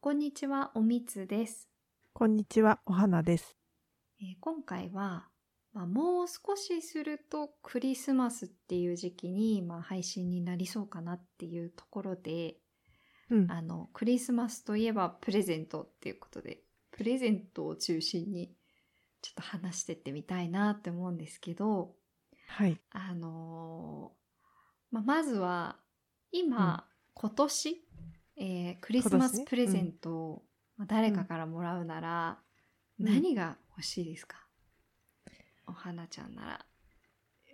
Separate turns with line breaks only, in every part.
こんにちは、おみつです。
こんにちは、お花です。
えー今回は、まあ、もう少しするとクリスマスっていう時期に、まあ、配信になりそうかなっていうところで、
うん、
あの、クリスマスといえばプレゼントっていうことで、プレゼントを中心にちょっと話してってみたいなって思うんですけど、
はい、
あのーまあ、まずは今、今年、えークリスマ
今年
ス
ね
プレゼントをまあ誰かからもらうなら、
うん
何が欲しいですか、お花ちゃんな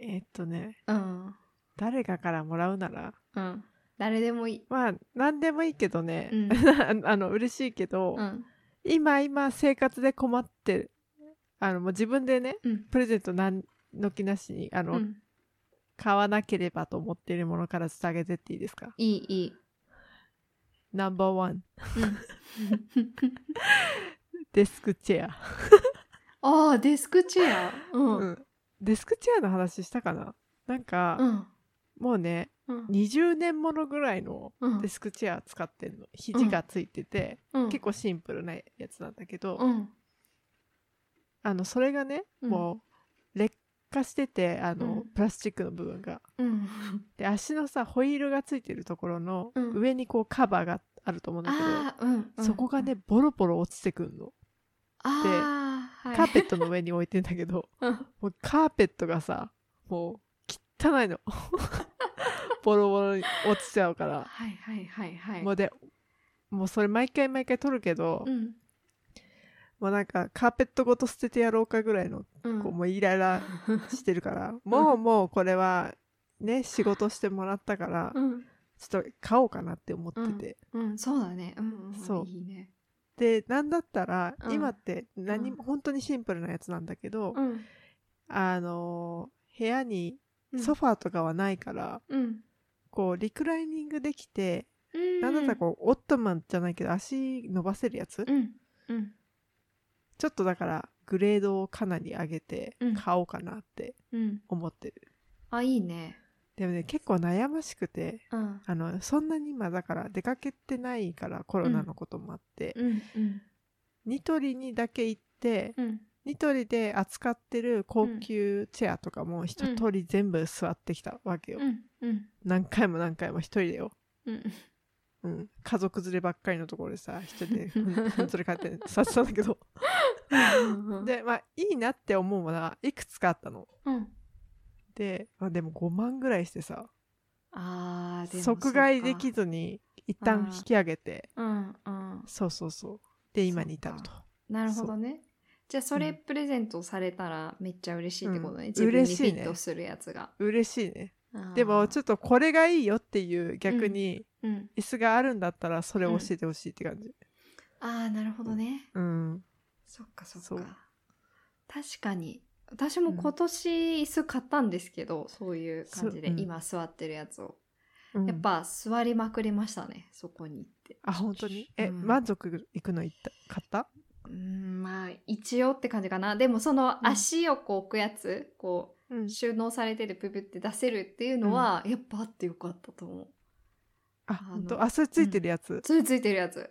えーっとね、
ら。うん。
誰かからもらうなら、
うん。誰でもいい。
まあ、何でもいいけどね、
うん。
あの嬉しいけど、
うん。
今今生活で困って、あのもう自分でね、
うん。
プレゼントなんの気なしにあの、
うん
買わなければと思っているものから伝えてっていいですか？
いい、いい。
ナンバーワン、
うん。
デスクチェア。
ああ、デスクチェア。うん。う。
うんんデスクチェアの話したかな？なんか、
うん。
もうね、
うん。
20年ものぐらいの
うん
デスクチェア使ってんの。肘がついてて。結構シンプルなやつなんだけど、
うん。
あのそれがね、
うん
もう劣化しててあの、
うん
プラスチックの部分が
うん。
で足のさホイールがついてるところの
うん
上にこうカバーがあると思うんだけど、
ああ、うん。うん
そこがね、、ボロボロ落ちてくんの、
ああ、はい。
カーペットの上に置いてんだけど
うん
もうカーペットがさもう汚いの ボロボロに落ちちゃうから、
はいはいはいはい。
もうでもうそれ毎回毎回取るけど、
うん
もうなんかカーペットごと捨ててやろうかぐらいの
うん
こうもうイライラしてるからもうもうこれはね仕事してもらったから
うん
ちょっと買おうかなって思ってて、
うん、そうだね。うんうん、
そう
いいね。
でなんだったら
うん
今って何も、
う
本当にシンプルなやつなんだけど、
うん。
あのー部屋にソファーとかはないから、
うん。
こうリクライニングできて、
うん。
なんだったらこうオットマンじゃないけど足伸ばせるやつ、
うん。うん。
ちょっとだからグレードをかなり上げて
うん
買おうかなって
うん。
思ってる、
あ、いいね。
でもね結構悩ましくて
うん。
あのそんなに今だから出かけてないからコロナのこともあって、
うん。うん。
ニトリにだけ行って
うん。
ニトリで扱ってる高級チェアとかも一通り全部座ってきたわけよ、
うん。うん。
何回も何回も一人でよ、
うん。
うん、家族連ればっかりのところでさ一人で ふんふんぞり返って座ってたんだけど
うん。
でまあいいなって思うものはいくつかあったの
うん。
で、まあ、でも5万ぐらいしてさ
ああ、でもそうか
即買いできずに一旦引き上げて
うん。うん。
そうそうそうで今に至ると。
なるほどね。じゃあそれプレゼントされたらめっちゃ嬉しいってことね。自分に
嬉
フ
しい
ィ
ね
ットするやつが。
嬉しいねでも
ょ
ち
っ
ょっとこれがいいよっていう逆に
と。うん。
椅子があるんだったらそれを教えてほしいって感じ
ああ、なるほどね。
うん
そっかそっか。
そう
確かに。私も今年椅子買ったんですけど、そういう感じで、
そううん
今座ってるやつを。
うん
やっぱ座りまくりましたね、そこに行って。
あ本当にえ、
うん
満足いくのいった買った
うーん、まあ一応って感じかな。でもその足をこう置くやつ、こ
うん
う収納されてるプブって出せるっていうのは、やっぱあってよかったと思う。
あ
の
本当あそれついてるやつ、
それついてるやつ。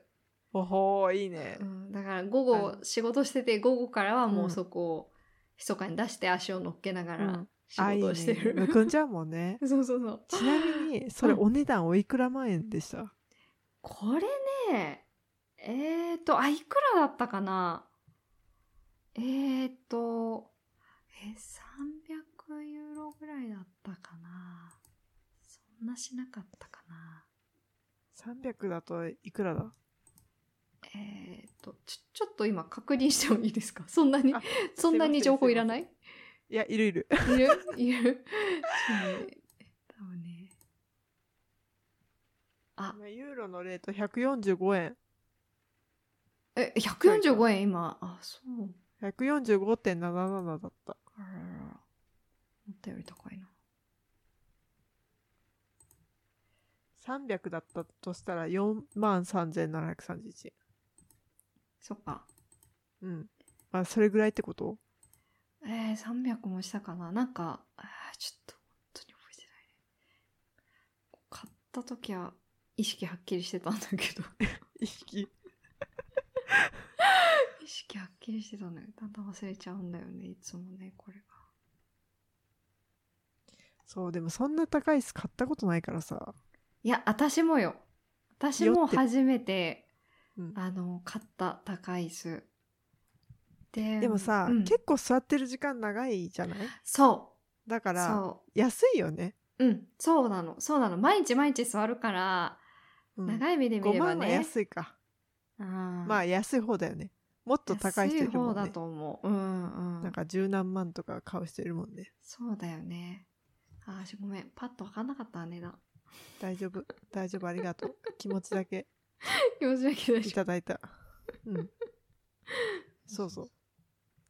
おほーいいね
うん、だから午後
あ
仕事してて午後からはもううんそこを密かに出して足を乗っけなが
う
ら
ん
仕
あいい
事
ね
をしてる。
むくんじゃうもん ね
そうそうそう。
ちなみにそれ
うん
お値段おいくら万円でした、
これね、えーと、あ、いくらだったかなえーと、え、300ユーロぐらいだったかなそんなしなかったかな
300だといくらだ
えーと、ちょ、ちょっと今確認してもいいですか そんなに
あ、
そんなに
すいません
情報いらない
いやいるいる
いるいる そうね多分ね。あ、
今ユーロのレート145円
え、145円今。あ、そう。
145.77だった
あららら思ったより高いな。
300だったとしたら4万3731円。
そっか。
うん。まあ、それぐらいってこと
えー、300もしたかななんか、あーちょっと本当に覚えてないね。 買った時は意識はっきりしてたんだけど。
意識。
してたんだけど、だんだん忘れちゃうんだよね、いつもね、これが。
そう、でもそんな高い椅子買ったことないからさ。
いや、私もよ。私も
酔って
初めて、
うん
あの、買った高い椅子。で
でもさ、
うん
結構座ってる時間長いじゃない
そ
だか
う。
ら、
そ
安いよね。
う。うん、そうなの。そうなの。毎日毎日座るから、
うん、
長い目で見
5
れば
万は
ね。
安いか。ま
ま
あ安い方だよね。もっと高い人いる
安い方
もん
だ
ね。
と思う。うんうん。
なんか十何万とか買う人いるもんね。
そうだよね。あー、しごめん。パッとわかんなか った値段。
大丈夫。大丈夫。ありがと う。気持ちだけ
申し訳ない
いただいた。うん。そうそう。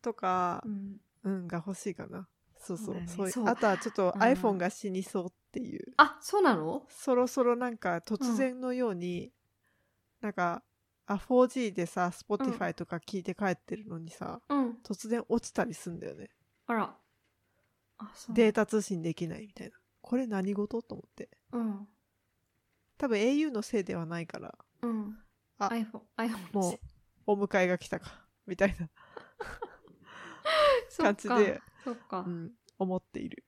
とか
う、ん。
うん、が欲しいかな。そうそう。
そ
そ
だよね
うういう
そう
あとはちょっと
うん
iPhone が死にそうっていう。
あ、そうなの
そろそろなんか突然のように、なんか、あ、4G でさ、Spotify とか聞いて帰ってるのにさ、
うん。
突然落ちたりすんだよね。
あら。あ、そう。
データ通信できないみたいな。これ何事と思って。
うん。
多分 au のせいではないから、
うん。
あ
iPhone、iPhone
もう、 お迎えが来たか、みたいな、
そっか
感じで。
そっか
う。ん、思っている。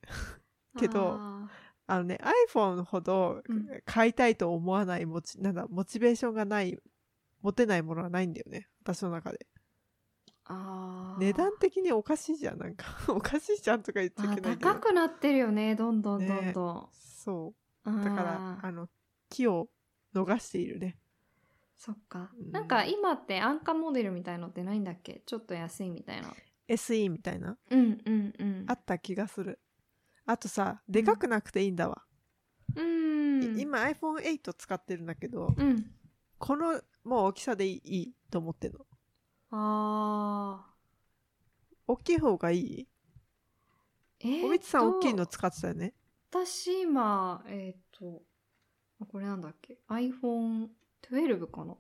けど
あ
あのね、iPhone ほど
うん
買いたいと思わないモチ、なんだ、モチベーションがない、持てないものはないんだよね。私の中で。
ーあー。
値段的におかしいじゃん、なんか。 おかしいじゃんとか言っちゃい
あ
けない
ー
けど
高。くなってるよね、どんどんどん
ね
どん。
そ
あ
う。
ー
だから、あの、木を逃しているね。
そっか
う。ん
なんか今って安価モデルみたいのってないんだっけちょっと安いみたいな。
SE みたいな。
うんうんうん。
あった気がする。あとさ、でかくなくていいんだわ。
うん。
い今 iPhone8 使ってるんだけど、
うん。
このもう大きさでいいいいと思ってんの
あ
大きい方がいい
ー。えーっと
おみつさん大きいの使ってたよね
私今、えーっと、あこれなんだっけ ?iPhone12 かな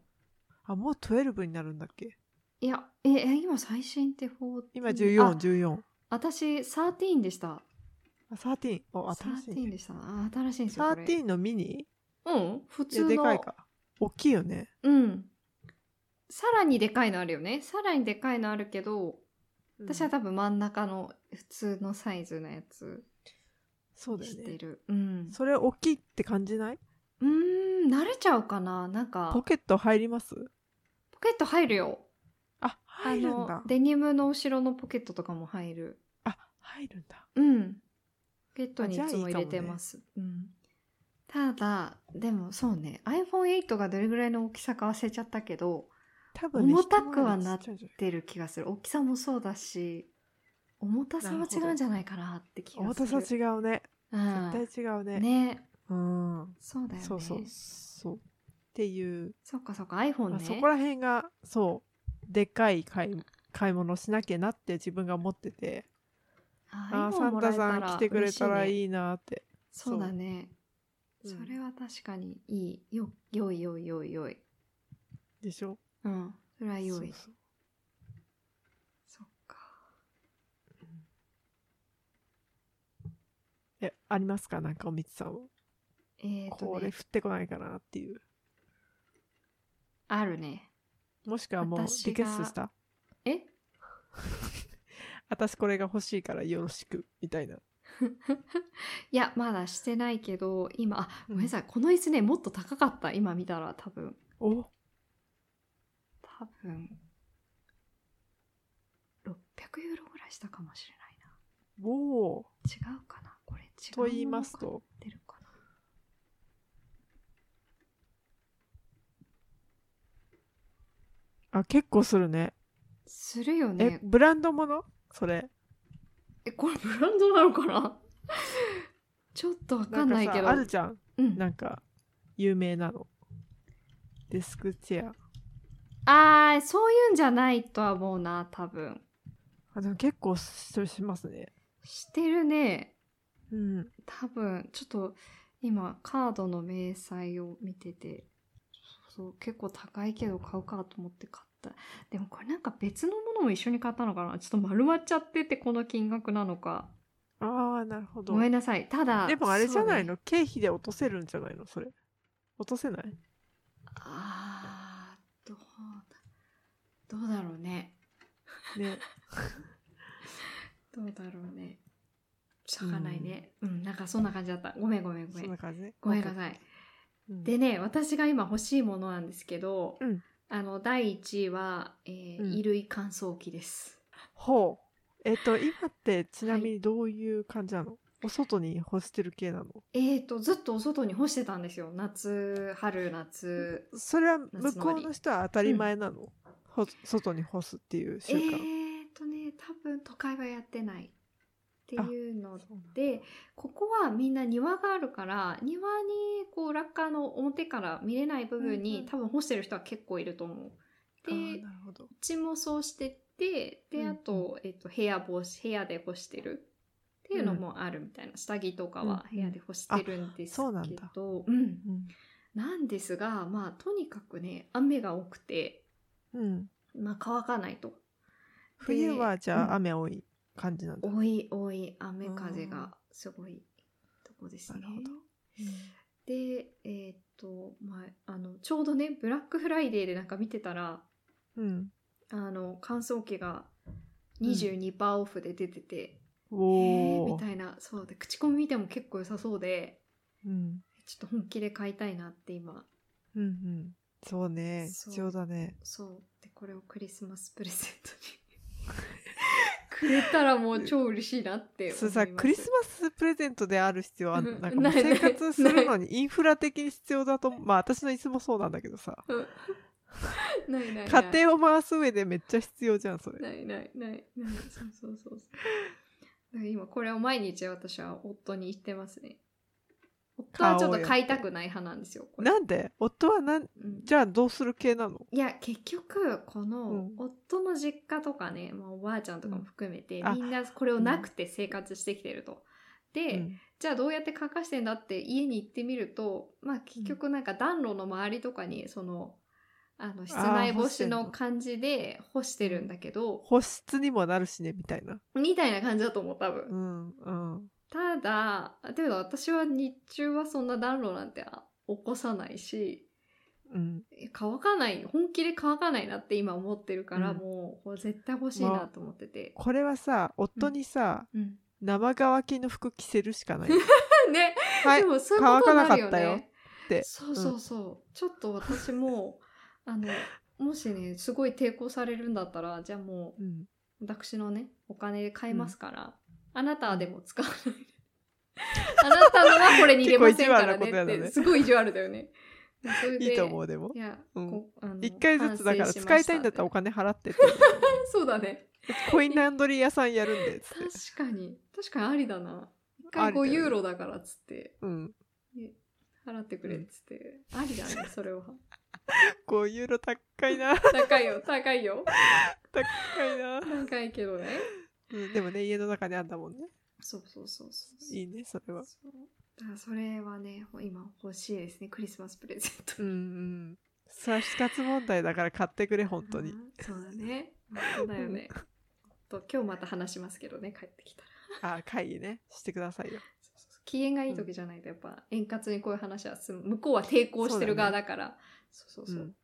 あもう12になるんだっけ
いや、え、え今最新って4
今
あ
1414
私13でした。
あ13お新しい
13
ね
でした。あ新しいんですよ。これ
13のミニ
うん、普
い
通
や
の。
でかいか大きいよね
うん。さらにでかいのあるよね。さらにでかいのあるけど、私は
うん
多分真ん中の普通のサイズのやつ
そうだよ
して
ね
る。うん。
それ大きいって感じないう
ーん、慣れちゃうかな。なんか、
ポケット入ります
ポケット入るよ。
あ入るん
あ
だ
のデニムの後ろのポケットとかも入る
あ入るんだ
うんポケットにい
あ
つ
じゃあ
も
いい
入
かもね
れてますうんただでもそうね iPhone8 がどれぐらいの大きさか忘れちゃったけど
多分ね
重たくはな
一回りちっちゃいんじゃない
出る気がする大きさもそうだし重たさも違うんじゃないかなって気がする
重たさ違うね
うん
絶対違うね
ね
うん
そうだよね
そうそうそうっていう
そっかそっか iPhone
まあ
ね
そこら辺がそうでっかい買い買い物しなきゃなって自分が思っててあ
あ
あ
ー
ーサ
iPhone
ン
もら
タ
えた
さん来てくれたら
い
いいなって
そうだね
そう
そ
うん
れは確かにいいよよいよいよいよい
でしょ
うんそれは
そ
良
う
い
そう
そっか
えありますかなんかおみつさんは
えー、
ことれ
ね
降ってこないかなっていう
あるね
もしくはもう
私が
リクエストした
え
私これが欲しいからよろしくみたいない
やまだしてないけど今あ
う
ご
ん
めんなさいこの椅子ねもっと高かった今見たら多分
お
多分600ユーロぐらいしたかもしれないな
おー
違うかなこれ違う
と言います
もの
と
買ってるかな
あ結構するね
するよ
え
ね
ブランドものそれ
えこれブランドなのかな ちょっとわかんないけど
さあるじゃん
うん
なんか有名なのデスクチェア
あーそういうんじゃないとは思うな多分
あでも結構それしますね
してるね
うん
多分ちょっと今カードの明細を見ててそうそう結構高いけど買うかと思って買ったでもこれなんか別のものも一緒に買ったのかなちょっと丸まっちゃっててこの金額なのか
ああなるほど
ごめんなさいただ
でもあれじゃない
そうね
の、経費で落とせるんじゃないのそれ落とせない
あーどうだどうだろうね
ね。
どうだろうね。しゃがないね、うん。なんかそんな感じだった。ごめんごめんごめ。
そんなん感じね。
ごめんなさい。
うん。
でね、私が今欲しいものなんですけど、
うん
あの、第1位は、えー
うん
衣類乾燥機です。
ほう。えっと、今ってちなみにどういう感じなの、お外に干してる系なの
えーと、ずっとお外に干してたんですよ。夏、春、夏。
それは
夏の
向
終
こ
わり
うの人は当たり前なの、ほ外に干すっていう
え
習
ー
慣。
とね、多分都会はやってないっていうの
そうなんだ
で、ここはみんな庭があるから、庭にこう、ラッカーの表から見れない部分に、
うんうん
多分干してる人は結構いると思う。
あー
で、
なるほど。
うちもそうしてて、
うん
で、
うん
あと、えっと、部屋干し、部屋で干してるっていうのもあるみたいな。下着とかは
うん
部屋で干してるんですけ
あそうなんだ
ど、うん。
うん。
なんですが、まあ、とにかくね、雨が多くて、
うん、
まあ、乾かないと。
冬はじゃ
うん
あ雨多い感じなんだ。
多い多い雨風がすごいとこですね。
なるほど
で、えーっと、まあ、あの、ちょうどね、ブラックフライデーでなんか見てたら、
うん。
あの、乾燥機が22%オフで出てて、えー
お
み
お。
たいな、そうで、口コミ見ても結構良さそうで、
うん。
ちょっと本気で買いたいなって今、
うんうん。そうね。
そう
必要だね。
そう。で、これをクリスマスプレゼントに くれたらもう超嬉しいなって思います。
それさ、クリスマスプレゼントである必要あん
う
の
ん
なんかもう
ないない
生活するのにインフラ的に必要 だと思う。まあ私のいつもそうなんだけどさ。
スないないない。
家庭を回す上でめっちゃ必要じゃん、そ れ。
ないないないない。そうそうそうそう。だから今これを毎日私は夫に言ってますね。夫はちょっと買いたくない派なんですよ。これ
なんで夫はなん、
うん
じゃあどうする系なの
いや結局こ
う
の
ん
夫の実家とかね、まあ、おばあちゃんとかも含めて、
うんあ
みんなこれをなくて生活してきてると。で、
うん
じゃあどうやって乾かしてんだって家に行ってみると、まあ結局なんか暖炉の周りとかにその、あの室内干しの感じで干してるんだけど、
保湿にもなるしね、みたいな。
みたいな感じだと思う、多分
う。ん、うん。
ただ、でも私は日中はそんな暖炉なんてあ起こさないし、
うん。
え乾かない、本気で乾かないなって今思ってるから、
うん
もうこれ絶対欲しいなと思ってて。
これはさ、夫にさ、
うん。
生乾きの服着せるしかな い。
ね、
はい
で。もそういうことになるよ
乾かなかったよ
ね。
って
そうそうそう、ちょっと私もあのもしねすごい抵抗されるんだったらじゃあも
うん。
う私のねお金で買いますから、あなたはでも使わないで あなたのはこれに入れませんからね
結構意地悪なことや
っ
だね
てすごい意地悪だよね。それで
いいと思う、でも
い。や、
うん
こあの
一回ずつだか
反
ら
省しま
使い
した
いんだったらお金払って って
そうだね
コインランドリー屋さんやるんでっつっ
確か
て、
に確かにありだな一回
あ
5
りだよね
ユーロだからっつって
うん、
払ってくれっつって、ありだね それは
5ユーロ高いな
高いよ高いよ
高いな、
高いけどね
うん、でもね家の中にあんだもんね
そうそうそうそう。
いいねそれは
そうだからそれはね、ほ今欲しいですね、クリスマスプレゼント。
うんうんさあ死活問題だから買ってくれ本当に
あー。そうだね。本当だよね。と今日また話しますけどね、帰ってきたら。
あ会議ねしてくださ い
そ
よ
うそうそう機嫌がいい時じゃないと、やっぱ円滑にこういう話はす向こうは抵抗してる側だから。そう,、そうそううん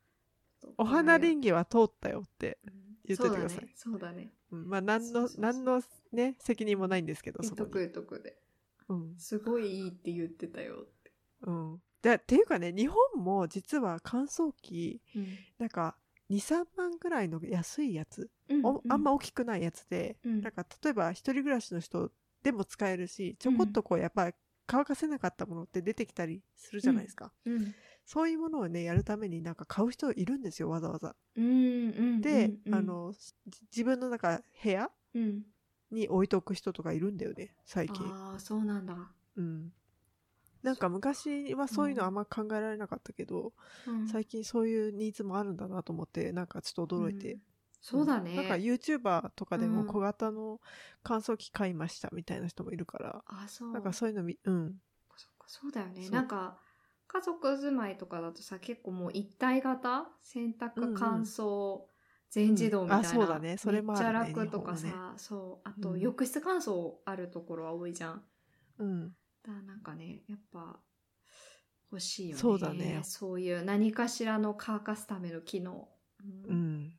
お花
ン
林業は通ったよって、言っといてください
そうだね。
うん、まあ何の
そうそうそう
何のね責任もないんですけど
そう
そ
だね言
こ
っとく言
に、
っとくで。
うん
すごいいいって言ってたよって。
うん、だっていうかね日本も実は乾燥機なんか23万ぐらいの安いやつ
うん
おあんま大きくないやつで、
うん
なんか例えば一人暮らしの人でも使えるしちょこっとこうやっぱり乾かせなかったものって出てきたりするじゃないですか、
うん
そういうものをねやるためになんか買う人いるんですよわざわざ。
うんうん
で、
うん
あ、のじ自分の中部屋
うん、
に置いとく人とかいるんだよね最近、
ああ、そうなんだ。
うん。なんか昔はそういうのあんま考えられなかったけど、
うん
最近そういうニーズもあるんだなと思ってなんかちょっと驚いて、
うんそうだね。
なんか YouTuber とかで
う
も
ん
小型の乾燥機買いましたみたいな人もいるから、
あ、そう。
なんかそういうのみ、うん。
そっかそうだよね。
そう
なんか、家族住まいとかだとさ、結構もう一体型洗
うんう
濯
ん
乾燥、全自動みたいな。
あそうだねそれもあるね
めっちゃ楽とかさ、
日本
そう。あと、
うん
浴室乾燥あるところは多いじゃん。
う
だ
ん。
からなんかね、やっぱ、欲しいよね。
そうだね
そういう何かしらの乾かすための機能。
う
うん
ん。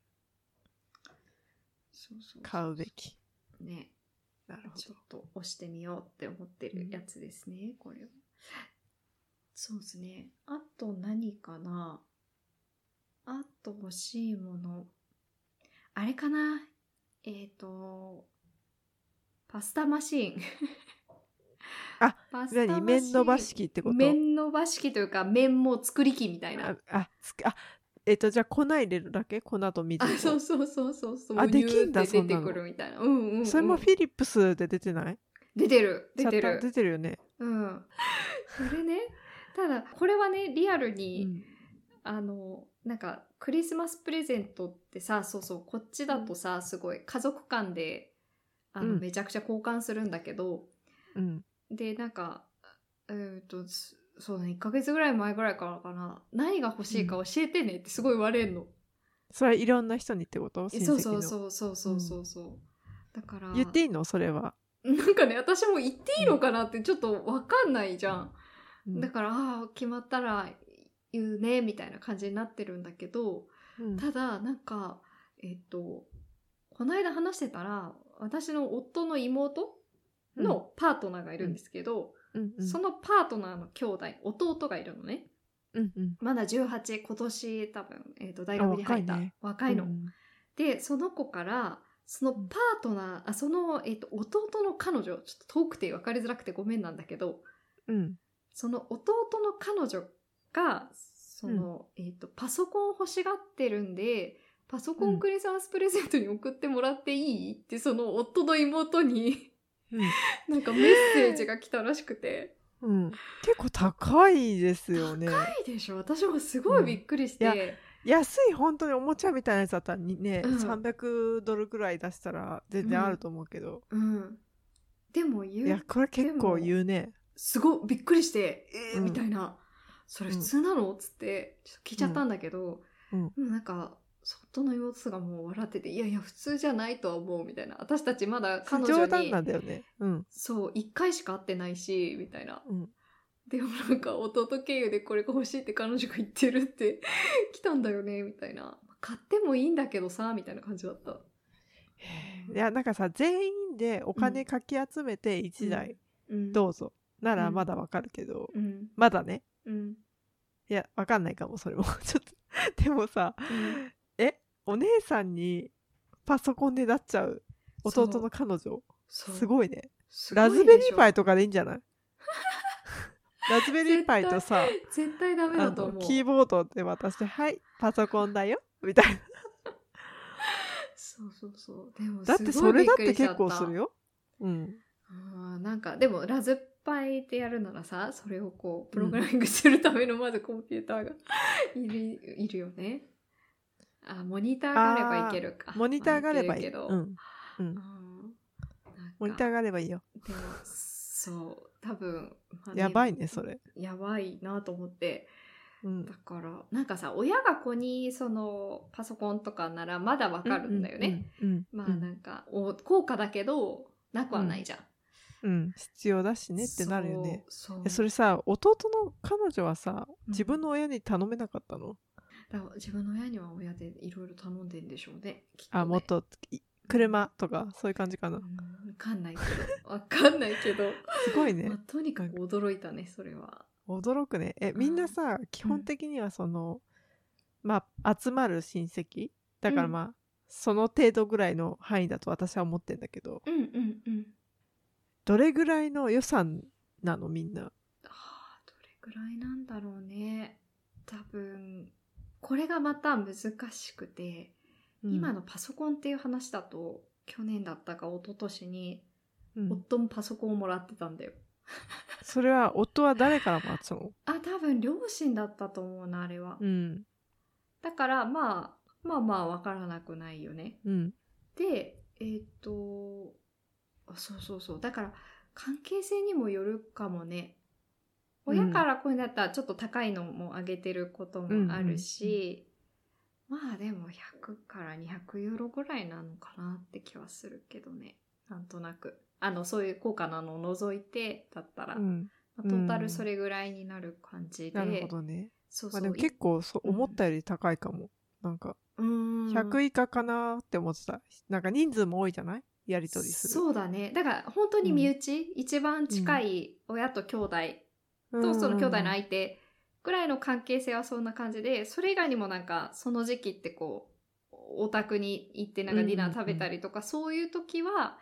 そうそうそう
買うべき。
ね
なるほ
ちょっと押してみようって思ってるやつですね、これはそうですねあと何かなあと欲しいものあれかなえっ、とパスタマシーン
あ
パス
ど。何面伸ばし
器
器ってこと
麺伸ばし器というか麺もう作り器みたいな
ああつあえっ、とじゃあ粉入れるだけ粉と水
あ
と
そうそうそうそうそう
あ
ニュー
できんだ
って出て
そんなの
くるみたいなうんうん、うん、
それもフィリップスで出てない
出てる出て
チャッ
る
ト出てるよね、
うん、それねただこれはねリアルに、
うん
あのなんかクリスマスプレゼントってさそうそうこっちだとさすごい家族間であの、
うん
めちゃくちゃ交換するんだけど
うん、
でなんかうーんとすそうね1ヶ月ぐらい前ぐらいからかな何が欲しいか教えてねってすごい言われるの、
それはいろんな人にってこと
え
親戚
そ
の
うそうそうそうそうそうそう、だから
言っていいのそれは、
なんかね私も言っていいのかなってちょっとわかんないじゃん
うん
だからああ決まったら言うねみたいな感じになってるんだけど
うん
ただなんかえっとこの間話してたら私の夫の妹のパートナーがいるんですけど、
うんうん
そのパートナーの兄弟弟がいるのね
うんうん
まだ18今年多分、えっと大学に入った
あ
若
若
い,、
いね
の。
うん
でその子からそのパートナーあその、えっと弟の彼女ちょっと遠くて分かりづらくてごめんなんだけど、
うん
その弟の彼女がその、えー、とパソコン欲しがってるんでパソコ
う
ン
ん
クリスマスプレゼントに送ってもらっていいってその夫の妹 になんかメッセージが来たらしくて
うんうん結構高いですよね
高いでしょ私もすごいびっくりして、
うんい安い本当におもちゃみたいなやつだったらにね、
うん
300ドルぐらい出したら全然あると思うけど、
うん、でも
い
言
や
う
これ結構言うね
すごいびっくりしてえー
うん
みたいなそれ普通なのっつってちょっと聞いちゃったんだけど、
うん
でもなんか夫の妹がもう笑ってて「いやいや普通じゃないとは思う」みたいな私たちまだ彼女
冗談なん
に
だよねうん
そう1回しか会ってないしみたいな
うん
でもなんか弟経由でこれが欲しいって彼女が言ってるって来たんだよねみたいな買ってもいいんだけどさみたいな感じだった
いやなんかさ全員でお金かき集めて1台
うん
どうぞなら
うん
まだわかるけど、
うん
まだね
うん
いやわかんないかもそれも ちょっとでもさ
うん
えお姉さんにパソコンでなっちゃう
そう
弟の彼女
そう
すごいね
すごい
ラ
でし
ズ
ょ
ベリーパイとかでいいんじゃない ラズベリーパイとさ
絶対ダメ
あ
だと
の
思う
キーボードで渡して「はいパソコンだよ」みたいな
そうそうそうでも
だっ
す
て
ご
そ
いび
れだっ
く
て
りしちゃ
結構す
った
るようん
あーなんかでもラズパイでやるならさそれをこうプログラミングするためのまずコンピューターが いるいるよねあモニターがあればいけるか
モニターがあればいい、
まけるけど、
う
うん
んうん
モ
モニ
ニタ
ター
ー
があればいいよ
でもそう多分、まあね
やばいねそれ、
やばいなと思って
うん
だからなんかさ親が子にそのパソコンとかならまだわかるんだよね、
うん
まあなんか、お高価だけどなくはないじゃん、
うん必要だしねってなるよね
そう
え
そう
それさ弟の彼女はさ
うん
自分の親に頼めなかったの、
だから自分の親には親でいろいろ頼んでんでしょうね。きっとね
あもっとい車とかそういう感じか
う
なん
わかんないけど。わかんないけど。
すごい
まあ
ね、
とにかく驚いたね、それは。
驚くねえみんなさ基本的にはその、まあ集まる親戚だから
うん
まあ、その程度ぐらいの範囲だと私は思ってんだけど
うんうんうん。
どれぐらいの予算なのみんな
あーどれくらいなんだろうね。多分、これがまた難しくて、
うん
今のパソコンっていう話だと、去年だったか一昨年に、
うん、
夫もパソコンをもらってたんだよ。
それは夫は誰からもらったの
あ、多分両親だったと思うな、あれは。
うん
だから、まあ、まあまあ、わからなくないよね。
うん
でえーっとあそうそうそうだから関係性にもよるかもね
うん
親からこうなったらちょっと高いのも上げてることもあるし、まあでも100から200ユーロぐらいなのかなって気はするけどねなんとなくあのそういう高価なのを除いてだったら、
う
ま
ん
あトータルそれぐらいになる感じで、
なるほどね
そうそ
まあ
う、
でも結構そう
うん
思ったより高いかも、なんか
うーん
100以下かなって思ってた。なんか人数も多いじゃないやり取りする。
そうだねだから本当に身内、一番近い親と兄弟
うん
とその兄弟の相手ぐらいの関係性はそんな感じでそれ以外にもなんかその時期ってこうお宅に行ってなんかディナー食べたりとか、そういう時は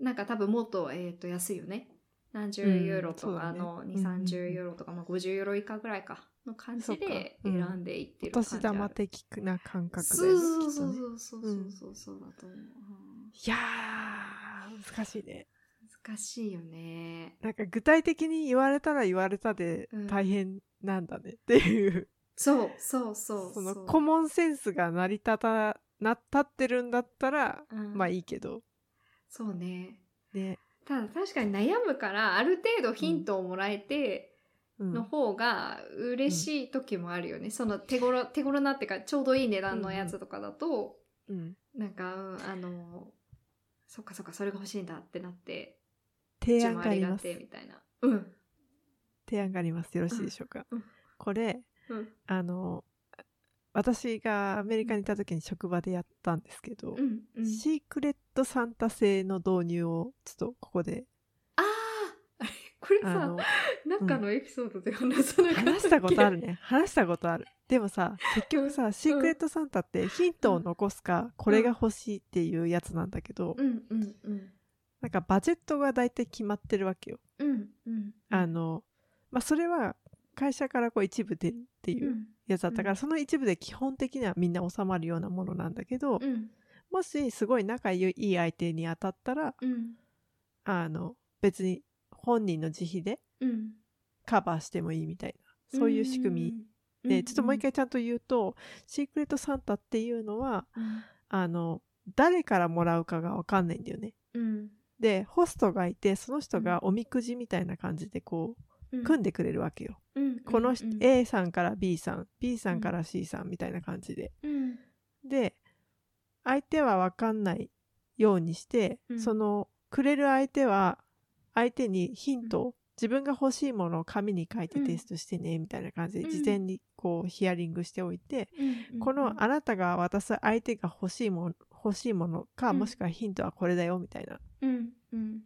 なんか多分もっと,、えー、と安いよね何十ユーロとかの
うんそうだ
2
ねう
三3
ん
0ユーロとか、まあ、50ユーロ以下ぐらいかの感じで
そう
選
かうん
んでいって
お
る感じ
年
ある
玉的な感覚で、
そ
ね。
うそう
きっと
そ
ね
うそうそうそうそうそうだと思う、うん
いやー、難しいね。
難しいよね
なんか具体的に言われたら言われたで
うん
大変なんだねっていう、
そうそうそう
そうの
う
コモンセンスが成り立たな立ってるんだったら、
うん
まあいいけど
そうね
ね、
ただ確かに悩むからある程度ヒントをもらえて
うん
の方が嬉しい時もあるよね、その手頃手頃なってかちょうどいい値段のやつとかだと、
うん
なんか、うん、あのそっかそっかそれが欲しいんだってなって
提案があり
が
ま
っ
す
てみたいなうん
提案がありますよろしいでしょうか、
うんうん
これ
うん
あの私がアメリカにいた時に職場でやったんですけど、
うんうん
シークレットサンタ製の導入をちょっとここで
あーあれこれ
あ
さ
の
なんかのエピソードで話さなかったっけ
話したこと あるね話したことあるでもさ結局さシークレットサンタってヒントを残すか、これが欲しいっていうやつなんだけど、
うんうんうん
なんかバジェットが大体決まってるわけよ
うんうん
あの、まあ、それは会社からこう一部出るって
う
いうんやつだったから、
うん
その一部で基本的にはみんな収まるようなものなんだけど、
うん
もしすごい仲いい相手に当たったら
うん
あの別に本人の自費で
うん
カバーしてもいいみたいなそういう仕組み
み
で、ちょっともう一回ちゃんと言うと、シークレットサンタっていうのは、
うん
あの、誰からもらうかがわかんないんだよね。
うん
で、ホストがいて、その人がおみくじみたいな感じでこ
う
う、
ん
組んでくれるわけよ。
うん
この人
うん
A さんから B さん、B さんから C さんみたいな感じで。
うん
で、相手はわかんないようにして、
うん
その、くれる相手は、相手にヒントを、自分が欲しいものを紙に書いてテストしてね、みたいな感じで、
うん
事前にこう、ヒアリングしておいて、
うん
このあなたが渡す相手が欲しいもの欲しいものか、
うん
もしくはヒントはこれだよみたいな
うんうん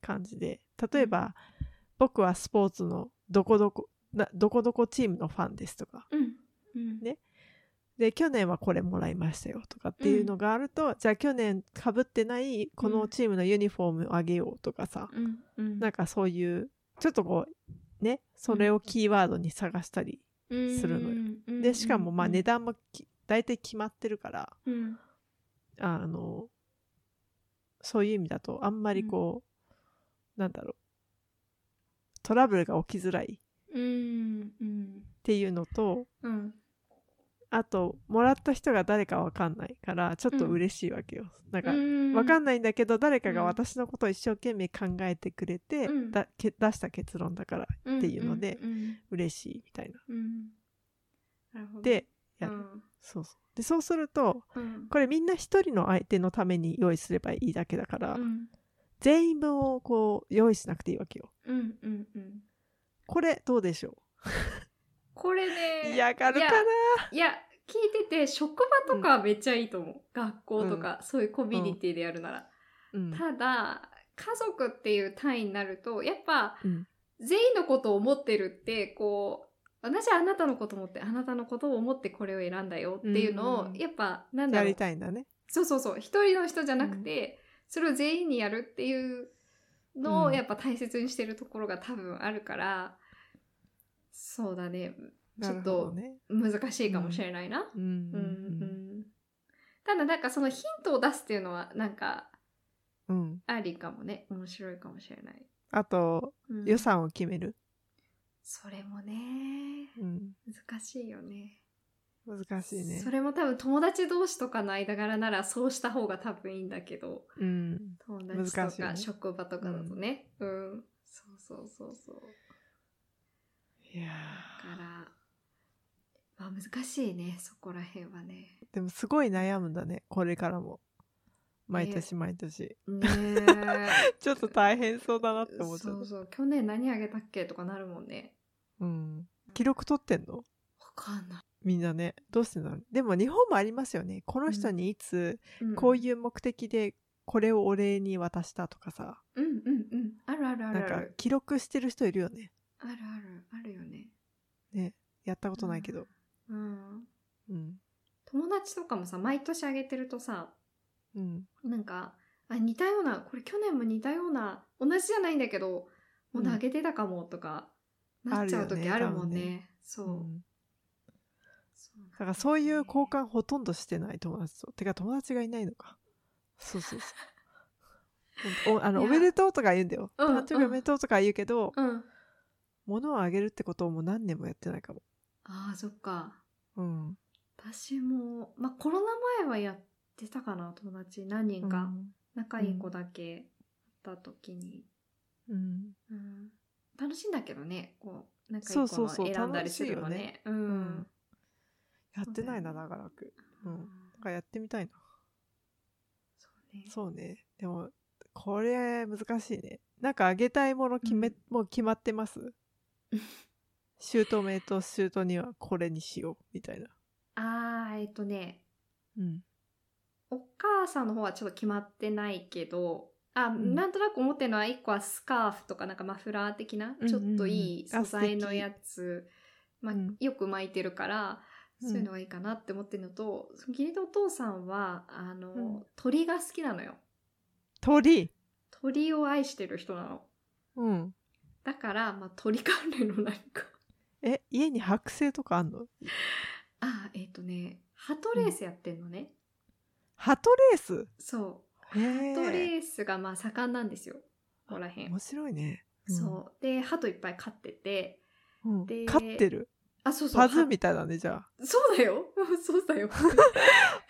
感じで例えば、僕はスポーツのどこどこなどこどこチームのファンですとか
うんうん
ねで去年はこれもらいましたよとかっていうのがあると、じゃあ去年かぶってないこのチームのユニフォームあげようとかさ、
うんうん
なんかそういうちょっとこうねそれをキーワードに探したり、するのよ
よ
でしかもまあ値段もき大体決まってるから、
うん
あの、そういう意味だと、あんまりこう、なんだろう、トラブルが起きづらいっ
うんうん
ていうのと、
うん
あと、もらった人が誰かわかんないから、ちょっと嬉しいわけよ。なんか、
うん
わかんないんだけど、誰かが
うん
私のことを一生懸命考えてくれて、
うん
だけ出した結論だからっていうので、
うん
嬉しいみたいな。
うんうんなるほど
で、
う
やる
ん
そうそう。で、そうすると、
うん
これみんな一人の相手のために用意すればいいだけだから、
うん
全員分をこう、用意しなくていいわけよ。
うんうんうん
これどうでしょ
これね
嫌がるかない
や聞いてて職場とかはめっちゃいいと思う、学校とか、そういうコミュニティでやるなら、
うん
ただ家族っていう単位になるとやっぱ
うん
全員のことを思ってるってこう私はあなたのことを思ってあなたのことを思ってこれを選んだよっていうのを、
うん
やっぱなんだ
や
ろう
りたいんだね。
そうそうそう一人の人じゃなくて、それを全員にやるっていうの
う
を
ん
やっぱ大切にしてるところが多分あるから、そうだねちょっと
なるほどね。
難しいかもしれないな。
うん
うんうんただなんかそのヒントを出すっていうのはなんか
うんうん
ありかもね面白いかもしれない。
あと
うん
予算を決める。
それもね
うん
難しいよね
難しいね
そ。れも多分友達同士とかの間柄ならそうした方が多分いいんだけど
うん
友達と
難しい
か
ね
職場とかだとねうん、そうそうそうそう
いや
だからまあ難しいねそこら辺はね
ーでもすごい悩むんだねこれからも毎年毎年、
ねえ
ちょっと大変そうだなって思っちゃ
そうう。そう去年何あげたっけとかなるもんね
うん記録取ってんの？
わかんない
みんなねどうしてなのでも日本もありますよねこの人にいつ
うん
こういう目的でこれをお礼に渡したとかさ、
うんうんうんあるあるあ
なん
るあ
か
る
記録してる人いるよね
あるあるあるよね
ねやったことないけど
うん
うん
友達とかもさ毎年あげてるとさ
うん
なんかあ似たようなこれ去年も似たような同じじゃないんだけどもう投げてたかもとか、なっちゃう時あ
ある
る
よ
も
ね
んね
多分
そう、
うん
そうなんだ
だからそういう交
ね
換ほとんどしてない友達とてか友達がいないのかそうそうそうおあの
い
お
や
めでとうとか言うんだよ
うん
誕生日おめでとうとか言うけど、
うん
物をあげるってことをもう何年もやってないかも
あーそっか
うん
私もまあコロナ前はやってたかな友達何人か、仲いい子だけだった時に、
うん、う
う
ん
ん、楽しいんだけどねこう仲いい
そう
子
そう
の
そう
選んだりするのねう
うんんやってないな
そうだよね
長らくうんなんかやってみたいな
そうね
そうねでもこれ難しいねなんかあげたいもの決め、
うん
もう決まってます 姑と姑にはこれにしようみたいな
あーえっとね
うん
お母さんの方はちょっと決まってないけどあ、
ん
なんとなく思ってるのは一個はスカーフとかなんかマフラー的な
うんうん
ちょっといい
あ
素材のやつ、まあ
うん
よく巻いてるから、
うん
そういうのがいいかなって思ってるのと義理のお父さんはあの、
うん
鳥が好きなのよ
鳥
鳥を愛してる人なの
うん
だから、まあ、鳥関連の何か
え家に剥製とかあんの
あえっ、とねハトレースやってんのね、
ハトレース
そう
へ
ハ
ー
トレースがまあ盛んなんですよここら辺
面白いね、
そう。で、鳩いっぱい飼ってて、
うん、うん
で
飼ってる
あ、そうそう。
パズー
は
みたいだねじゃあ
そうだよ。 そうだ よ。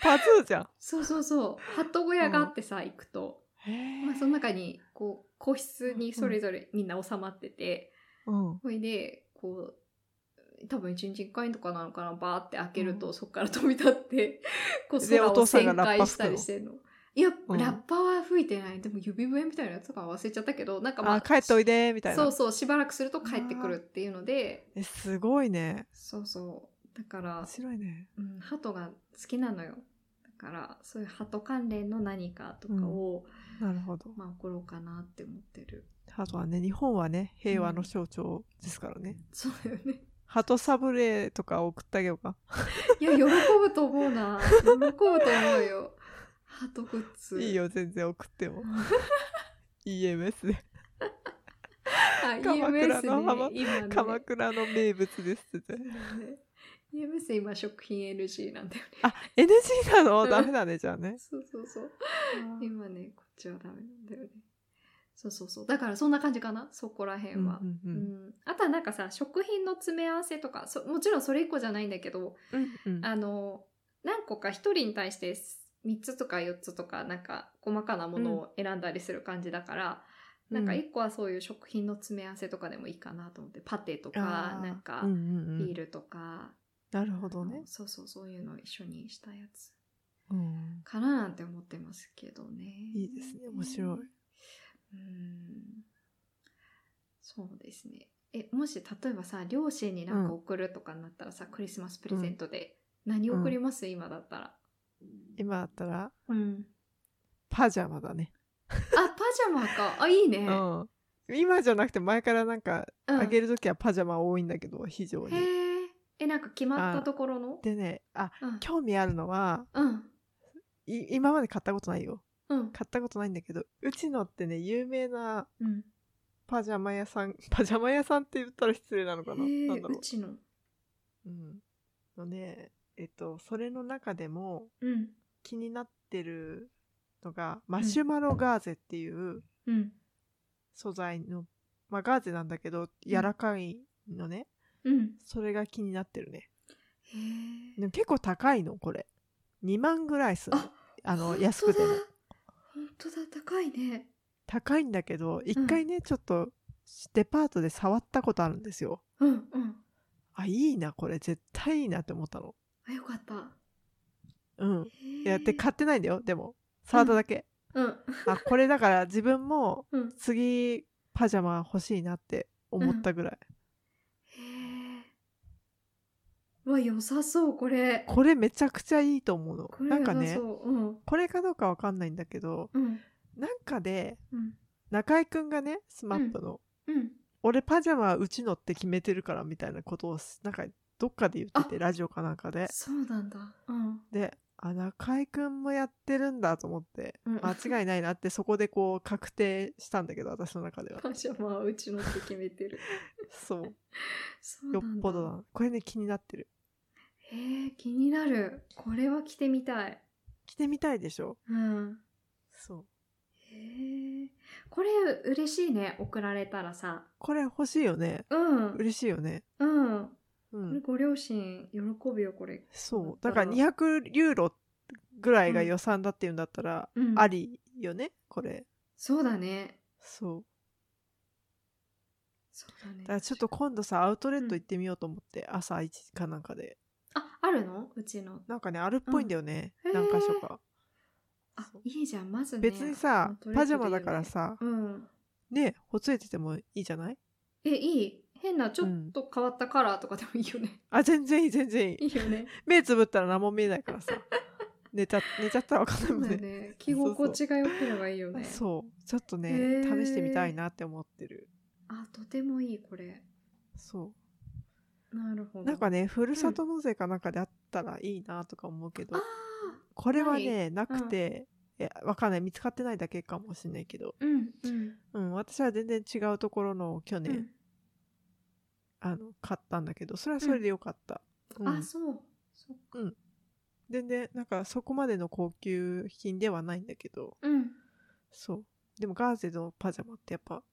パズーじゃん
そうそうそう。鳩小屋があってさ、行くと。
へえ
まあ、その中に、こう、個室にそれぞれみんな収まってて、
うん
ほいで、こう、多分1日1回とかなのかな、バーって開けると、そこから飛び立 って、こう、
で
空
お
を
父さんが
旋
ラッ
回
パ吹
し
くの
たりしてんの。いや、
うん
ラッパは吹いてない。でも指笛みたいなやつとか忘れちゃったけど、なんかまあ、
あ帰っておいでみたいな
そうそう、しばらくすると帰ってくるっていうので、
えすごいね
そうそう。だから
面、白いね
うん、鳩が好きなのよ。だから、そういう鳩関連の何かとかを、
なるほど
まあ、送ろうかなって思ってる。
あとはね日本はね平和の象徴ですからね、
そうだよね。
鳩サブレーとか送ってあげようか
いや、喜ぶと思うな。喜ぶと思うよ。鳩グッズ。
いい。よ全然送って も EMS で
あ、
鎌
EMS ね
倉、の浜
今ね。
鎌倉の名物ですっ
そ
て
うだね EMS 今食品 NG なんだよね。
あ NG なのダメだねじゃあね
そうそうそう。今ね、こっちはダメなんだよね。そうそうそう。だからそんな感じかな。そこら辺は。
うんう
うんん、あとはなんかさ食品の詰め合わせとかそもちろんそれ以個じゃないんだけど、
うんうんうん
あの何個か1人に対して3つとか4つとかなんか細かなものを選んだりする感じだから、なんか1個はそういう食品の詰め合わせとかでもいいかなと思ってパテとか
あー
なんか
うんうんうん
ビールとか、
なるほどね
あの、そうそうそういうのを一緒にしたやつ
うん、
かななんて思ってますけどね。
いいですね面白い。
うんそうですね。え、もし例えばさ、両親になんか送るとかになったらさ、クリスマスプレゼントで何送ります、今だったら。
今だったら
うん。
パジャマだね、
あ、パジャマか。あ、いいね。
うん今じゃなくて前からなんか
うん
あげるときはパジャマ多いんだけど非常
へ
に
え。え、なんか決まったところの
でねあ
うん。
興味あるのは
うん。
い今まで買ったことないよ
うん。
買ったことないんだけどうちのってね有名な
うん。
パジャマ屋さん パジャマ屋さんって言ったら失礼なのかな
へ
な
え、
んだろ
うちの。
う、うん、のねえっとそれの中でも
うん。
気になってるのがマシュマロガーゼっていう
うん。
素材の、まあ、ガーゼなんだけど柔らかいのね、
うん。
それが気になってるね
へえ。
でも結構高いのこれ2万ぐらいする
あほ
あの
んとだ
安くても
本当だ、高いね。
高いんだけど一回ね、ちょっとデパートで触ったことあるんですよ
うんうん。
あいいなこれ絶対いいなって思ったの
あ、よかった。
うん
へえ
やって買ってないんだよでも触っただけ、
うん。
あこれだから自分も
うん。
次パジャマ欲しいなって思ったぐらい、
へえ。わ、良さそう、これ。
これめちゃくちゃいいと思うの
これ
な
良
んか
さ
ね
そう。うん。
これかどうかわかんないんだけど
うん。
なんかで
うん。
中居くんがねスマップの、
うん。
俺パジャマはうちのって決めてるからみたいなことをなんかどっかで言っててラジオかなんかで
そうなんだ。うん。
であ中居くんもやってるんだと思って
うん。
間違いないなってそこでこう確定したんだけど私の 中では
パジャマはうちのって決めてる。
そう
そうな
よ
んだ。
っぽどだなこれね気になってる
へえ、気になる。これは着てみたい。
着てみたいでしょ
うん。
そう
へえ。これ嬉しいね。送られたらさ。
これ欲しいよね
うん。
嬉しいよね
うん。
う
これ
ん
ご両親喜ぶよ、これ。
そう
だ
だ
か
からら200ユーロぐらいが予算だっていうんだったら、
うん。
あ。りよねこれ
そうだね。
そう
そうだね。
だからちょっと今度さアウトレット行ってみようと思って、朝1時かなんかで
あ、あるのうちの。
なんかねあるっぽいんだよね、
うんへー
何箇所か、
あ
そう、
いいじゃん。まずね。
別に
ア
さ
ウトレット
パ
で
ジ
い
ャ
いよね
マだから。さ
うん。
ねほつれててもいいじゃない
え、いい。変な、ちょっと変わったカラーとかでもいいよね。
あ全然いい全然い い
いいよね。
目つぶったら何も見えないか らさ寝ちゃ寝ちゃったら分かん
そうんだ
ないもね
ね。着心地が良ければいいよね。
そうちょっとね、
へー
試してみたいなって思ってる
あ、とてもいい、これ。
そ
なるほ
う
ど。
なんかねふるさと納税かなんかであったらいいなとか思うけど、
ああ、
これは
な
ねなくて、いや分かんない見つかってないだけかもしれないけど
うん、うん。
うん私は全然違うところのを去
う
年、
ん
あの買ったんだけどそれはそれでよかった、うん
あ、そう。そっか。
全然なんかそこまでの高級品ではないんだけど
うん。
そうでもガーゼのパジャマってやっぱ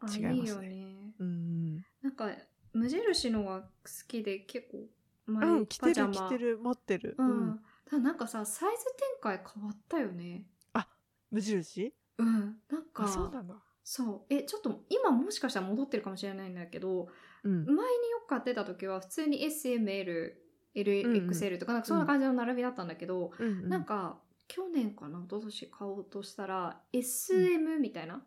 あ
違いますね
いいよね。
うん
なんか、無印のが好きで結構、前
うん、着て
パジャ
る
マ
着てる持ってる、
うん。ただなんかさ、サイズ展開変わったよね。
無印
うん。なんか、
あそうなんだ、
そう。え、ちょっと今もしかしたら戻ってるかもしれないんだけど、
う
前
ん
によく買ってた時は普通に SML、
うんうん
LXL とか、なんかそんな感じの並びだったんだけど、
うんうん
なんか去年かな一昨年買おうとしたら SM みたいな、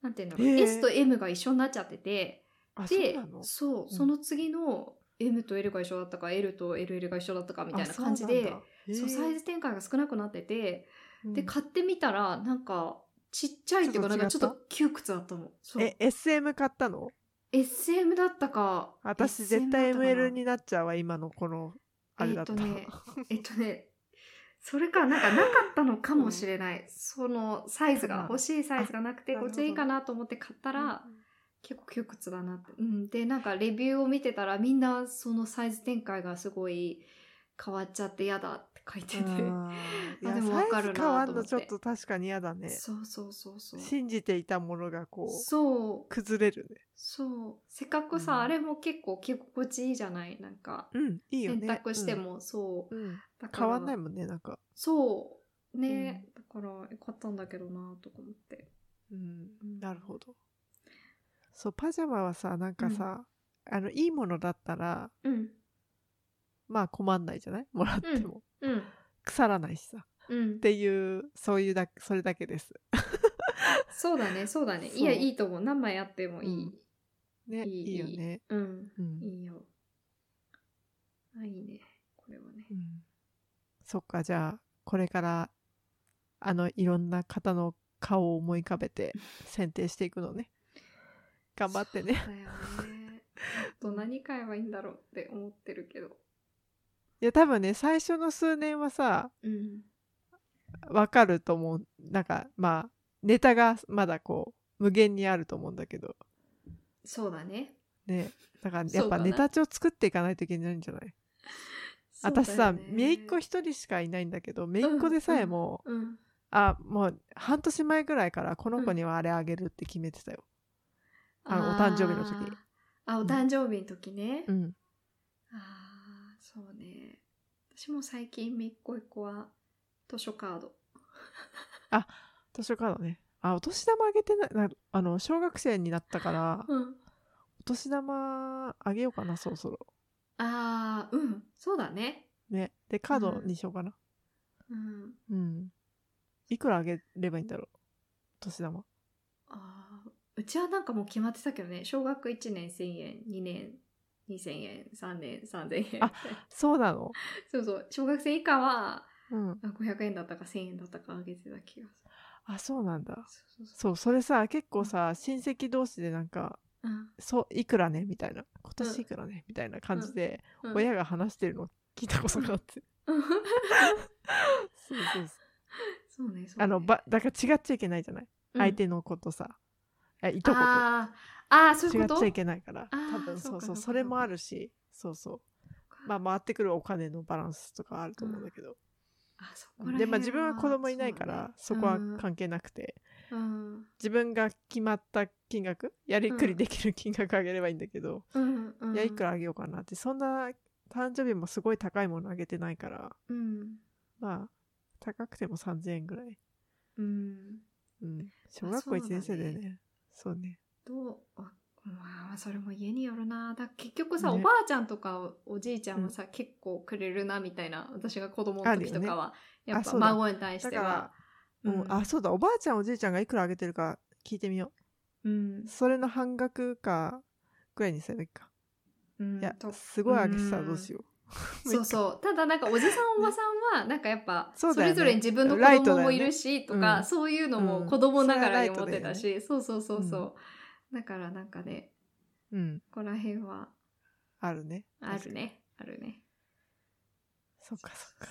なんていうんだろう、
へー
S と M が一緒になっちゃってて
あそう
で
なの
そう
うん
その次の M と L が一緒だったか L と LL が一緒だったかみたいな感じでそうサイズ展開が少なくなってて、で買ってみたらなんかちっちゃいっていうか
ちょ
な
っ
んか
と違った
ちょっと窮屈だったのそう
え SM 買ったの
SM だったか
私
SM
絶対
だったかな
ML になっちゃうわ今のこのあれだった、
えっとねえっとね、それか、なんかなかったのかもしれない。そのサイズ
か
が
な、
欲しいサイズがなくて、
あ
こっちでいいかなと思って買った
うん
ら、結構窮屈だなって。うん。で、なんかレビューを見てたら、みんなそのサイズ展開がすごい変わっちゃって嫌だって書いてて。
あーい
あ
や
でもわか
サイ
るなと思っ
ズ
て
変わんのちょっと確かに嫌だね
そうそうそうそう。
信じていたものがこう
そう。
崩れるね
そう。せっかくさ、
うん
あれも結構着心地いいじゃないなんか。
うんいいよね
洗濯して、も、そう
うんうん
だから
変わんないもんねなんか、
そうね、だからよかったんだけどなとか思って
うん
うん
なるほどそうパジャマはさなんかさ、あのいいものだったら
うん
まあ困んないじゃないもらっても、
うん
腐らないしさっ
うん、
ていうそういうだそれだけです
そうだねそうだね
そう
いやいいと思う何枚あってもいい
ね
い
い
い
いよね
うん
うん、
いいよあいいねこれはね
うんそっかじゃあこれからあのいろんな方の顔を思い浮か べて選定していくのね頑張ってね
そう だよねあと何買えばいいんだろうって思ってるけど
いや多分ね最初の数年はさ
うん
わかると思うなんかまあネタがまだこう無限にあると思うんだけど
そうだね
ねだからや
そ
っ
うだ
ぱ
な
ネタ帳作っていかないといけないんじゃない、私さ姪っ子一人しかいないんだけど姪っ子でさえも、
うん
あもう半年前ぐらいからこの子にはあれあげるって決めてたよ、あのお誕生日の時
あーあお誕生日の時ね、
うん
ああ、そうね。私も最近、めっこい子は、図書カード。
図書カードねあお年玉あげてないなあの小学生になったから
うん。
お年玉あげようかなそろそろ
ああ、うん。そうだね。
ねでカード
うん
にしようかな
うん。
うん、いくらあげればいいんだろうお年玉
ああ、うちはなんかもう決まってたけどね。小学1年1000円、2年2000円、3000円、3000円。
あそうなの
そうそう。小学生以下は、
うん。
あ500円だったか1000円だったかあげてた気がする。
あ、そうなんだ。
そうそうそう。
そう、それさ、結構さ、親戚同士でなんか、
うん
そう、いくらねみたいな、今
うん
年いくらねみたいな感じで、
うん
親が話してるの聞いたことがあって。 そうそうそう
そうね、そうね。
あの、ば、だから違っちゃいけないじゃない
うん、
相手のことさ、えいとこと。
あーあー、そうい
違
う
っ
こと
ちゃいけないから
あー
多分そう
そうかそ
そうう
か
それもあるしそうそうまあ回ってくるお金のバランスとかあると思うんだけど、
あそこら辺
でまあ自分は子供いないからそ,、こは
うん
関係なくて
うん
自分が決まった金額やりくりできる金額あげればいいんだけど、
うんうん
いやいくらあげようかなってそんな誕生日もすごい高いものあげてないから
うん
まあ高くても3000円ぐらい、
うん
うん、小学校
まあ
1年
そう
生
だね
でねそうね
どうあまあそれも家によるなだ結局さ、
ね
おばあちゃんとかおおじいちゃんはさ、結構くれるなみたいな私が子供の
ある
時
よ
と
ね
かは、やっ
あ
ぱ
そうだ
孫に対し
だ
て
か
は
ら、うんあそうだおばあちゃんおじいちゃんがいくらあげてるか聞いてみよう
うん
それの半額かぐらいにすればいいか。
うん
いや
と、
すごい上げてたらどうしよう。
そうそうただなんかおじさんおばさんはなんかやっぱ
そう
そ
だ
れ
よね
ぞれに自分の子
ライト
供
だよ
も
ね
いるしとか、
うん
そういうのも
うん
子供ながらに思
それは
っ
ラ
て
イト
た
だよ
し、
ね
そうそうそうそう、だからなんかね
う。うん、
ここら辺は
あるね。
ある。ねあるね
そっかそっか。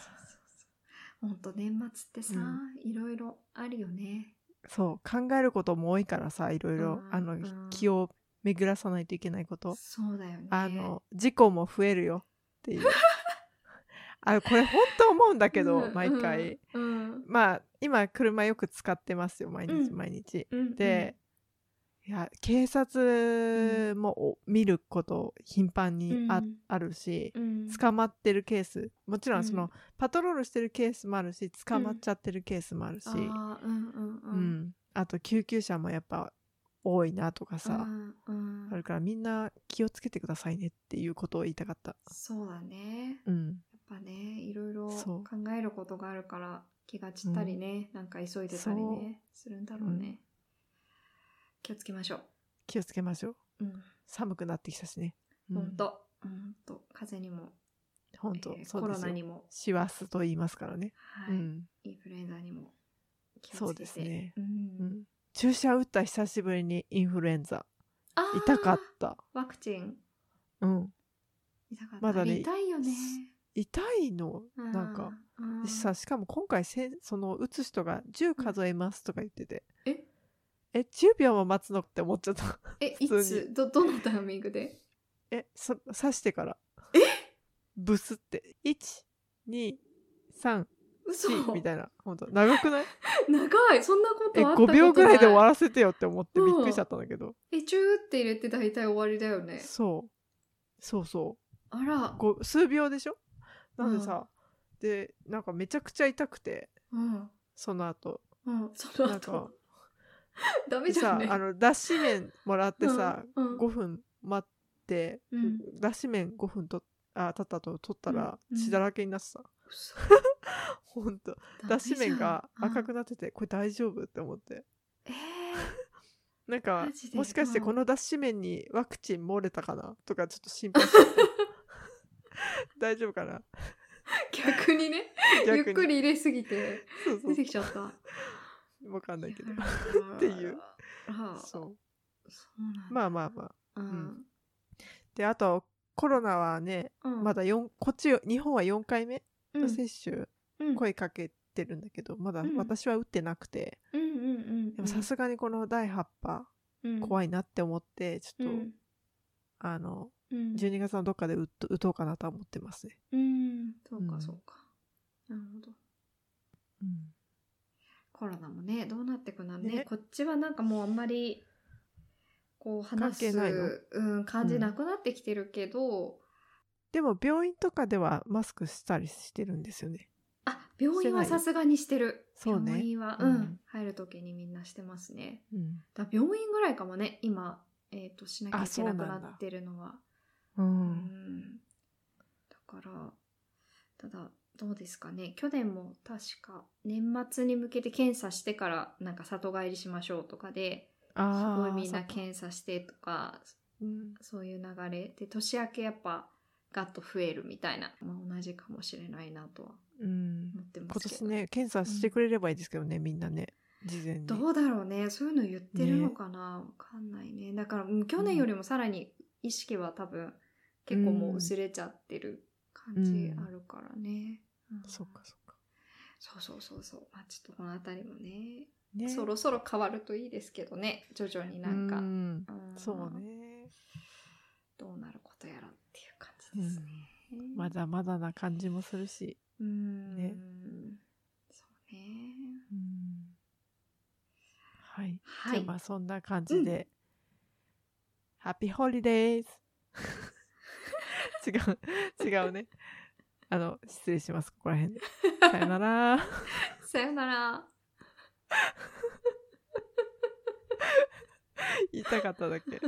ほんと年末ってさ、
うん
いろいろあるよね
そう、考えることも多いからさ、いろいろ、
うん
あ
う
の
ん、
気を巡らさないといけないこと。
そうだよね
あの、事故も増えるよっ ていう。あこれ本当思うんだけど、
うん
毎回。
うん
まあ、今、車よく使ってますよ、毎日
うん
毎日。
うん
で、いや、警察もお見ること頻繁にあ,、
うん
あるし、
うん
捕まってるケースもちろんその、
うん
パトロールしてるケースもあるし捕まっちゃってるケースもあるし、うん
あーうんうんうん
あと救急車もやっぱ多いなとかさ、
うんう
あ
ん
るからみんな気をつけてくださいねっていうことを言いたかった、
そうだね
うん、
やっぱねいろいろ
そう
考えることがあるから気が散ったりね、なんか急いでたりねするんだろうね、気をつけましょ
気をつけましょう
ううん
寒くなってきたしね、うん、
本当本当風邪にも、
本当、
えー
そ
コ
うで
ロ
す
ナ
よ
にも
師走と言いますからね、
はい、
うん
インフルエンザにも気
そ
を
う
つけ
です
て、
ね
うん
うん、注射打った久しぶりにインフルエンザ
あー
痛かった、
ワクチン
うん、
痛かった、
まだね
痛いよね
痛いのなんか
うう
でさしかも今回せんその打つ人が10数えますとか言ってて、
え
え10秒も待つのって思っちゃった
えい
普通に
つどどのタイミングで
えそ刺してからブスって123
嘘
みたいな本当長くない
長いそんなことあったことな
え
い
5秒ぐらいで終わらせてよって思ってびっくりしちゃったんだけど、
えチューって入れて大体終わりだよね
そうそうそ
あら
うご数秒でしょなんでさ、でなんかめちゃくちゃ痛くて
うん
その後
うんその
なんか
後 ダメ
で
じゃん
さ
ね
あの脱脂麺もらってさ、
うんうん
5分待って、
うん
脱脂麺5分とあ経ったと取ったら
うん
血だらけになってた、
嘘
ほんと
ダメじ
脱
ゃん
脂麺が赤く
うん
なっててこれ大丈夫って思って
えー
なんか
マジで
もしかして
うん
この脱脂麺にワクチン漏れたかなとかちょっと心配 してた大丈夫かな
逆にね
逆に
ゆっくり入れすぎて
そうそ
出て
う
きちゃった
分かんないけど
って
いう
あそ
そう
うなんだ
まあまあまあ
うん
であとコロナはね
うん
まだ4こっち日本は4回目
うん
接種、
うん
声かけてるんだけどまだ
うん
私は打ってなくて、
うんうんうん
でもさすがにこの第8波
うん
怖いなって思ってちょっと、
うん
あの
うん
12月のどっかで打っと打とうかなとは思ってますね、
うんそう
う
か
ん
そうかなるほどコロナもねどうなってくなんね
ね
こっちはなんかもうあんまりこう話す
関係ないの
うん、感じなくなってきてるけど、
でも病院とかではマスクしたりしてるんですよね
あ病院はさすがにしてる
してないそうね
病院は、うん
うん
入る時にみんなしてますね
うん、
だ病院ぐらいかもね今、えー、としなきゃい
あ
け
そう
な
な
く
んだ
なってるのは
う
うん
ん
だからただどうですかね去年も確か年末に向けて検査してからなんか里帰りしましょうとかですすごいみんな検査してとか
うん、
そういう流れで年明けやっぱガッと増えるみたいな、まあ、同じかもしれないなとは
うん、
思ってま
今
すけど
年ね検査してくれればいいですけどね、みんなね事前に
どうだろうねそういうの言ってるのかな、わかんないねだからうん去年よりもさらに意識は多分結構もう薄れちゃってる感じあるからね、うん
そっかそっか
そうそうそうそうまあちょっとこの辺りもね
ね
そろそろ変わるといいですけどね徐々になんか、
うん
ん
そうね
どうなることやらっていう感じですね、
まだまだな感じもするし、
うーん
ね
そうね。
はい、
は
じゃ
い
あま。あそんな感じで、ハッピーホリデーズ 違う違うねあの失礼しますここら辺でさよなら
さよなら。
言いたかっただけ